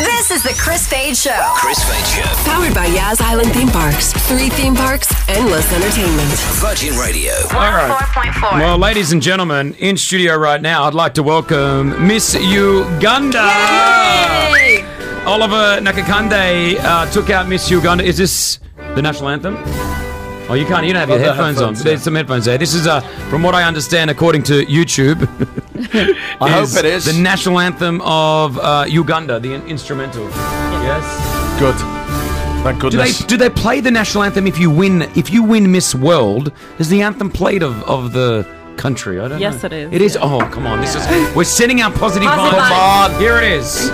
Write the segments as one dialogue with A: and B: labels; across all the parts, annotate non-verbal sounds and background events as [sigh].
A: is the Chris Fade Show.
B: Chris Fade Show,
C: Powered by Yaz Island Theme Parks. Three theme parks, endless entertainment.
B: Virgin Radio.
D: All right. Well, ladies and gentlemen, in studio right now, I'd like to welcome Miss Uganda. Oliver Nakakande uh, took out Miss Uganda. Is this the national anthem? Oh, you can't. You don't have your
E: Got the
D: headphones, on.
E: headphones,
D: There's some headphones there. This is, uh, from what I understand, according to YouTube.
E: [laughs]
D: [laughs]
E: I hope it is.
D: the national anthem of uh, Uganda, the in- instrumental. Yes.
E: Good. Thank
D: Do they
E: goodness.
D: do they play the national anthem if you win? If you win Miss World, is the anthem played of, of the country? I don't
F: Yes,
D: know.
F: it is.
D: It is. Oh, come on! This is. We're sending out positive,
F: Positive
D: vibes.
F: vibes.
D: Come on, Here it is.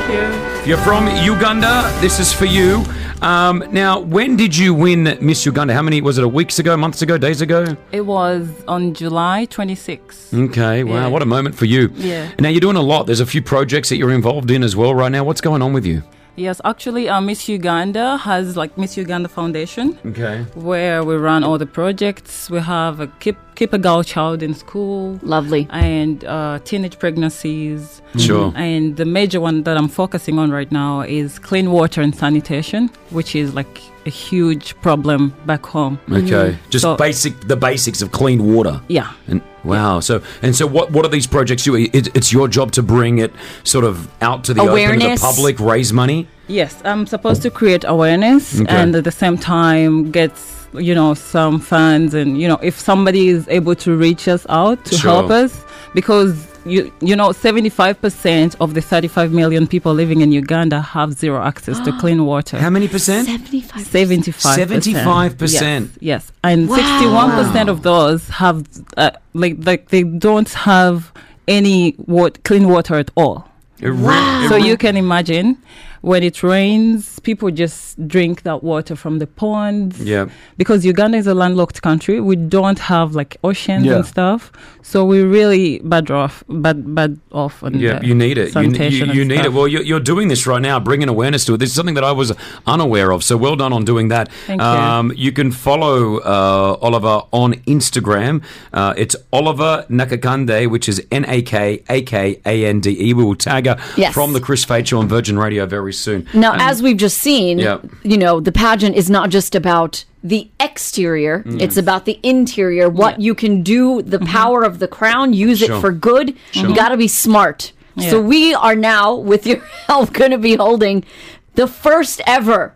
D: If you're from Uganda, this is for you. Um, now, when did you win Miss Uganda? How many was it? A weeks ago, months ago, days ago?
F: It was on July 26th.
D: Okay. Wow.
F: Yeah.
D: What a moment for you.
F: Yeah.
D: Now you're doing a lot. There's a few projects that you're involved in as well right now. What's going on with you?
F: Yes, actually, uh, Miss Uganda has like Miss Uganda Foundation,
D: Okay.
F: where we run all the projects. We have a keep keep a girl child in school.
G: Lovely.
F: And uh, teenage pregnancies.
D: Sure.
F: And the major one that I'm focusing on right now is clean water and sanitation, which is like a huge problem back home.
D: Okay. Just
F: Mm-hmm. So-
D: basic the basics of clean water.
F: Yeah.
D: And wow. So and so what what are these projects you it, it's your job to bring it sort of out to the open to the
G: Awareness.
D: public, raise money?
F: Yes, I'm supposed to create awareness
D: Okay.
F: and at the same time get you know some funds and you know if somebody is able to reach us out to
D: Sure.
F: help us because you you know 75% of the 35 million people living in Uganda have zero access
D: [gasps]
F: to clean water.
D: How many percent?
G: 75.
F: 75
D: 75%.
F: yes, yes. and 61% of those have uh, like like they don't have any wa- clean water at all
D: wow.
F: so you can imagine when it rains, people just drink that water from the ponds.
D: Yeah.
F: Because Uganda is a landlocked country, we don't have like oceans
E: Yeah.
F: and stuff, so we're really bad off. Bad, bad off on
D: Yeah,
F: the
D: you need it. You, you,
F: sanitation
D: you
F: and
D: need it.
F: stuff.
D: Well, you're, you're doing this right now, bringing awareness to it. This is something that I was unaware of. So well done on doing that. Um,
F: Thank you.
D: you can follow uh, Oliver on Instagram. Uh, it's Oliver Nakakande, which is N A K A K A N D E. We will tag her
G: Yes.
D: from the Chris Fade Show on Virgin Radio very soon.
G: Now, as we've just seen,
D: Yeah.
G: you know, the pageant is not just about the exterior,
D: Mm.
G: it's about the interior, what you can do, the power of the crown, use
D: Sure.
G: it for good. You got to be smart.
F: Yeah.
G: So we are now, with your [laughs] help, going to be holding the first ever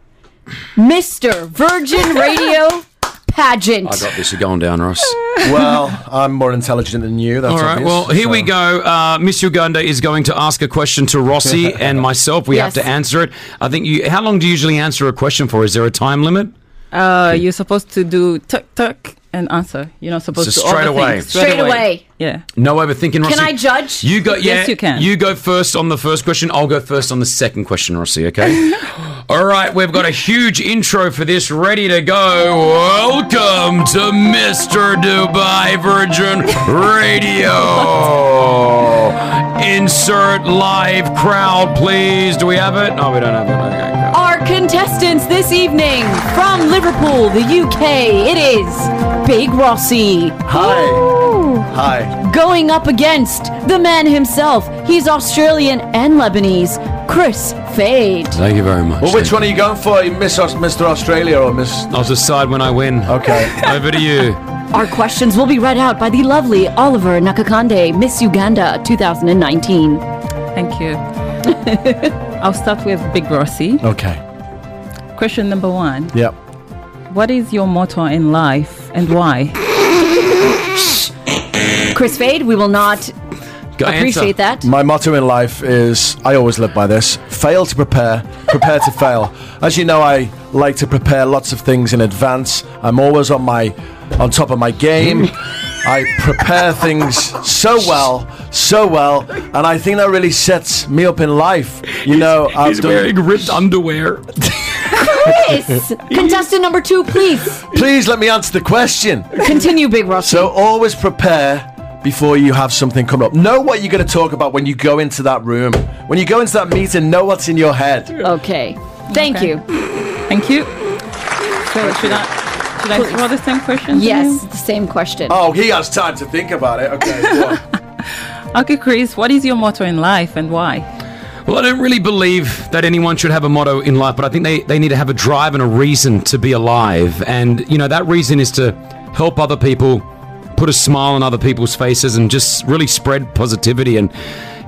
G: Mr. Virgin Radio pageant.
D: I got this. You're going down, Ross.
E: well, I'm more intelligent than you. That's
D: All right.
E: obvious,
D: Well, here
E: so-
D: we go. Uh, Miss Uganda is going to ask a question to Rossi [laughs] and myself. We have
G: Yes.
D: to answer it. I think you. How long do you usually answer a question for? Is there a time limit?
F: Uh, you're supposed to do tuck tuck and answer. You're not supposed
D: So
F: to all
D: straight
F: the
D: away.
F: things
G: Straight away.
F: Yeah.
D: No overthinking, Rossi.
G: Can I judge?
D: You go. Yeah,
F: Yes, you can.
D: You go first on the first question. I'll go first on the second question, Rossi. Okay. All right. We've got a huge intro for this. Ready to go. Welcome to Mr. Dubai Virgin Radio. Insert live crowd, please. Do we have it? No, we don't have it. Okay. cool.
G: Our contestants this evening from Liverpool, the UK, it is Big Rossi.
E: Hi. Hi.
G: Going up against the man himself, he's Australian and Lebanese, Chris Fade.
D: Thank you very much.
E: Well, which
D: Thank
E: one are you going for? You Miss Aus- Mr. Australia or Miss?
D: you. I'll decide when I win. [laughs]
E: Okay.
D: Over to you.
G: Our questions will be read out by the lovely Oliver Nakakande, Miss Uganda 2019.
F: Thank you. [laughs] I'll start with Big Rossi.
E: okay.
F: Question number one:
E: Yep.
F: What is your motto in life and why?
G: Chris Fade, we will not
D: Go
G: appreciate
D: answer.
G: that.
E: [laughs] My motto in life is I always live by this fail to prepare, prepare to fail. As you know, I like to prepare lots of things in advance. I'm always on my on top of my
D: [laughs]
E: game. I prepare things so well, so well, and I think that really sets me up in life. You know, I've
D: He's wearing ripped underwear.
G: Chris, contestant number two, please
E: Please let me answer the question.
G: continue, Big Rossi.
E: So always prepare before you have something come up. Know what you're going to talk about when you go into that room. When you go into that meeting, know what's in your head.
G: okay. Thank
F: Okay.
G: you.
F: Thank you. So should I should I throw the same question? to
G: Yes, the same question.
E: Oh, he has time to think about it. Okay. go on.
F: you? Okay, Chris. What is your motto in life and why?
D: Well, I don't really believe that anyone should have a motto in life, but I think they, they need to have a drive and a reason to be alive. And, you know, that reason is to help other people, put a smile on other people's faces, and just really spread positivity. And,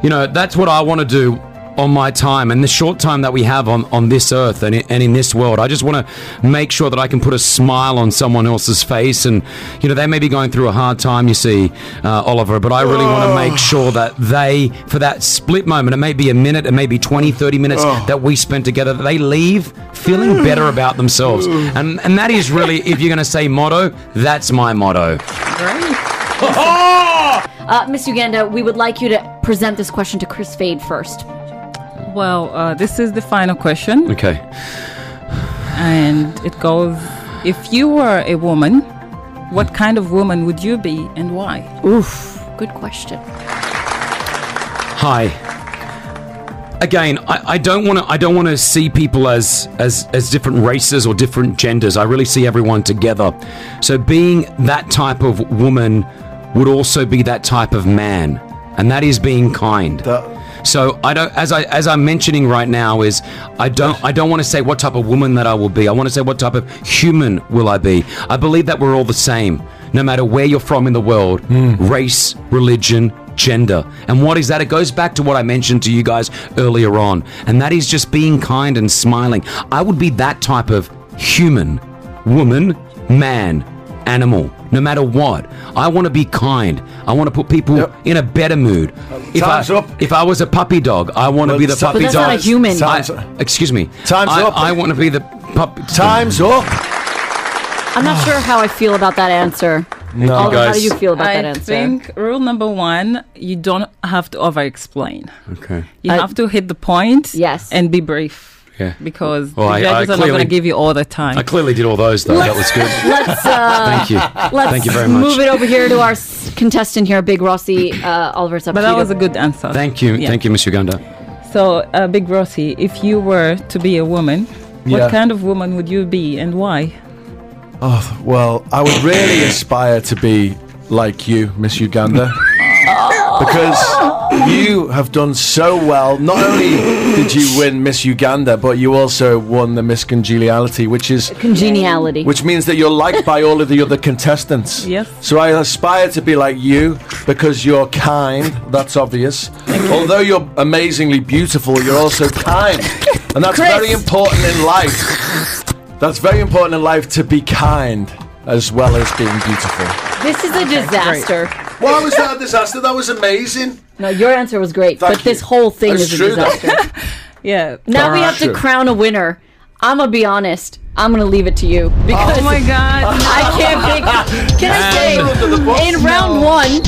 D: you know, that's what I want to do on my time and the short time that we have on, on this earth and, i- and in this world. I just want to make sure that I can put a smile on someone else's face. And, you know, they may be going through a hard time, you see, uh, Oliver, but I really want to make sure that they, for that split moment, it may be a minute, it may be 20, 30 minutes that we spent together, that they leave feeling better about themselves. And, and that is really, if you're going to say motto, that's my motto.
G: Uh, Miss Uganda, we would like you to present this question to Chris Fade first.
F: Well, uh, this is the final
D: [laughs]
F: question,
D: Okay.
F: and it goes: If you were a woman, what kind of woman would you be, and why?
G: Oof. Good question.
D: Hi. Again, I, I don't want to. I don't want to see people as as as different races or different genders. I really see everyone together. So being that type of woman would also be that type of man, and that is being kind. So I don't, as I as I'm mentioning right now, is I don't I don't want to say what type of woman that I will be. I want to say what type of human will I be. I believe that we're all the same, no matter where you're from in the world,
E: Hmm.
D: race, religion, gender, and what is that? It goes back to what I mentioned to you guys earlier on, and that is just being kind and smiling. I would be that type of human, woman, man, animal, no matter what. I want to be kind. I want to put people
E: Yep.
D: in a better mood. If
E: time's
D: I,
E: up.
D: if I was a puppy dog, I want to
E: Well,
D: be the
E: so-
D: puppy
G: But that's
D: dog.
G: not a human.
D: I-
E: Time's-
D: excuse me.
E: Time's
D: I,
E: up.
D: I want to be the puppy.
E: Time's up.
G: I'm not sure how I feel about that answer. No. how do
D: guys.
G: you feel about
F: I
G: that answer?
F: think rule number one: you don't have to over-explain.
D: Okay.
F: You
G: I-
F: have to hit the point.
G: Yes.
F: And be brief.
D: Yeah.
F: Because
D: Well, I-
F: the
D: I
F: judges are not going
D: clearly-
F: to give you all the time.
D: I clearly did all those though. that was good.
G: Let's uh,
D: Thank you.
G: let's
D: Thank you very much.
G: move it over here to our s- contestant here, Big Rossi. Uh, Oliver's up.
F: but
G: to
F: that
G: you.
F: was a good answer.
D: Thank you.
F: Yeah.
D: Thank you, Miss Uganda.
F: So, uh, Big Rossi, if you were to be a woman,
E: Yeah.
F: what kind of woman would you be and why?
E: Well, I would really aspire to be like you, Miss Uganda. because you have done so well. Not only did you win Miss Uganda, but you also won the Miss Congeniality, which is
G: congeniality.
E: which means that you're liked by all of the other contestants.
G: [laughs]
F: Yes.
E: So I aspire to be like you because you're kind. That's obvious. Although you're amazingly beautiful, you're also kind, and that's
G: Chris.
E: very important in life. That's very important in life to be kind as well as being beautiful.
G: this is a disaster.
E: Why was that a disaster? That was amazing.
G: No, your answer was great,
E: Thank
G: but this
E: you.
G: whole thing
E: That's
G: is a
E: true, though.
G: disaster.
F: Yeah.
G: now we have to
E: True.
G: crown a winner. I'm gonna be honest. I'm gonna leave it to you because
F: Oh my
G: [laughs]
F: God.
G: I
D: [laughs]
G: can't pick. Can I say in round one,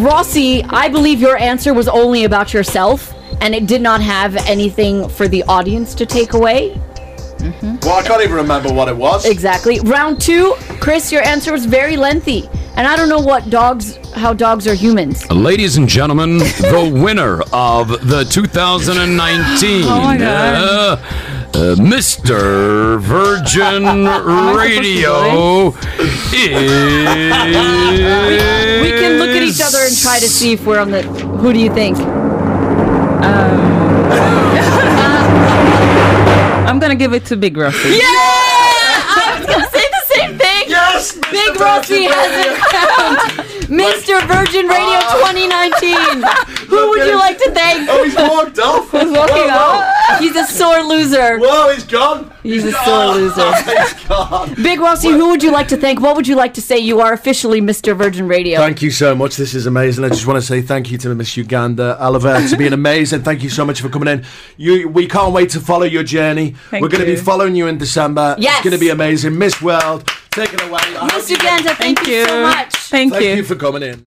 G: Rossi? I believe your answer was only about yourself, and it did not have anything for the audience to take away.
E: Well, I can't even remember what it was.
G: Exactly. Round two, Chris, your answer was very lengthy, and I don't know what dogs, how dogs are humans.
D: Ladies and gentlemen,
G: [laughs]
D: the winner of the 2019
F: my God.
D: uh, uh, Mr.
G: [laughs]
D: Virgin Radio is.
G: We can look at each other and try to see if we're on the. Who do you think?
F: I'm going to give it to Big Rossi.
G: Yeah! I was gonna say the same thing.
E: Yes,
G: Big Rossi has it found. Mr. Virgin Radio 2019. Who would you like to thank?
E: Oh, he's walked off. He's
G: Walking up. He's a sore loser.
E: Whoa, he's gone.
G: He's a sore
E: [laughs]
G: loser. Big Rossi, who would you like to thank? What would you like to say? You are officially Mr. Virgin Radio.
E: Thank you so much. This is amazing. I just want to say thank you to Miss Uganda Oliver to being amazing. Thank you so much for coming in. You, we can't wait to follow your journey.
F: Thank
E: We're going to be
F: you.
E: following you in December.
G: Yes.
E: It's going to be amazing. Miss World, take it away.
G: Miss Uganda, thank, you so much.
F: Thank,
E: Thank
F: you.
E: you for coming in.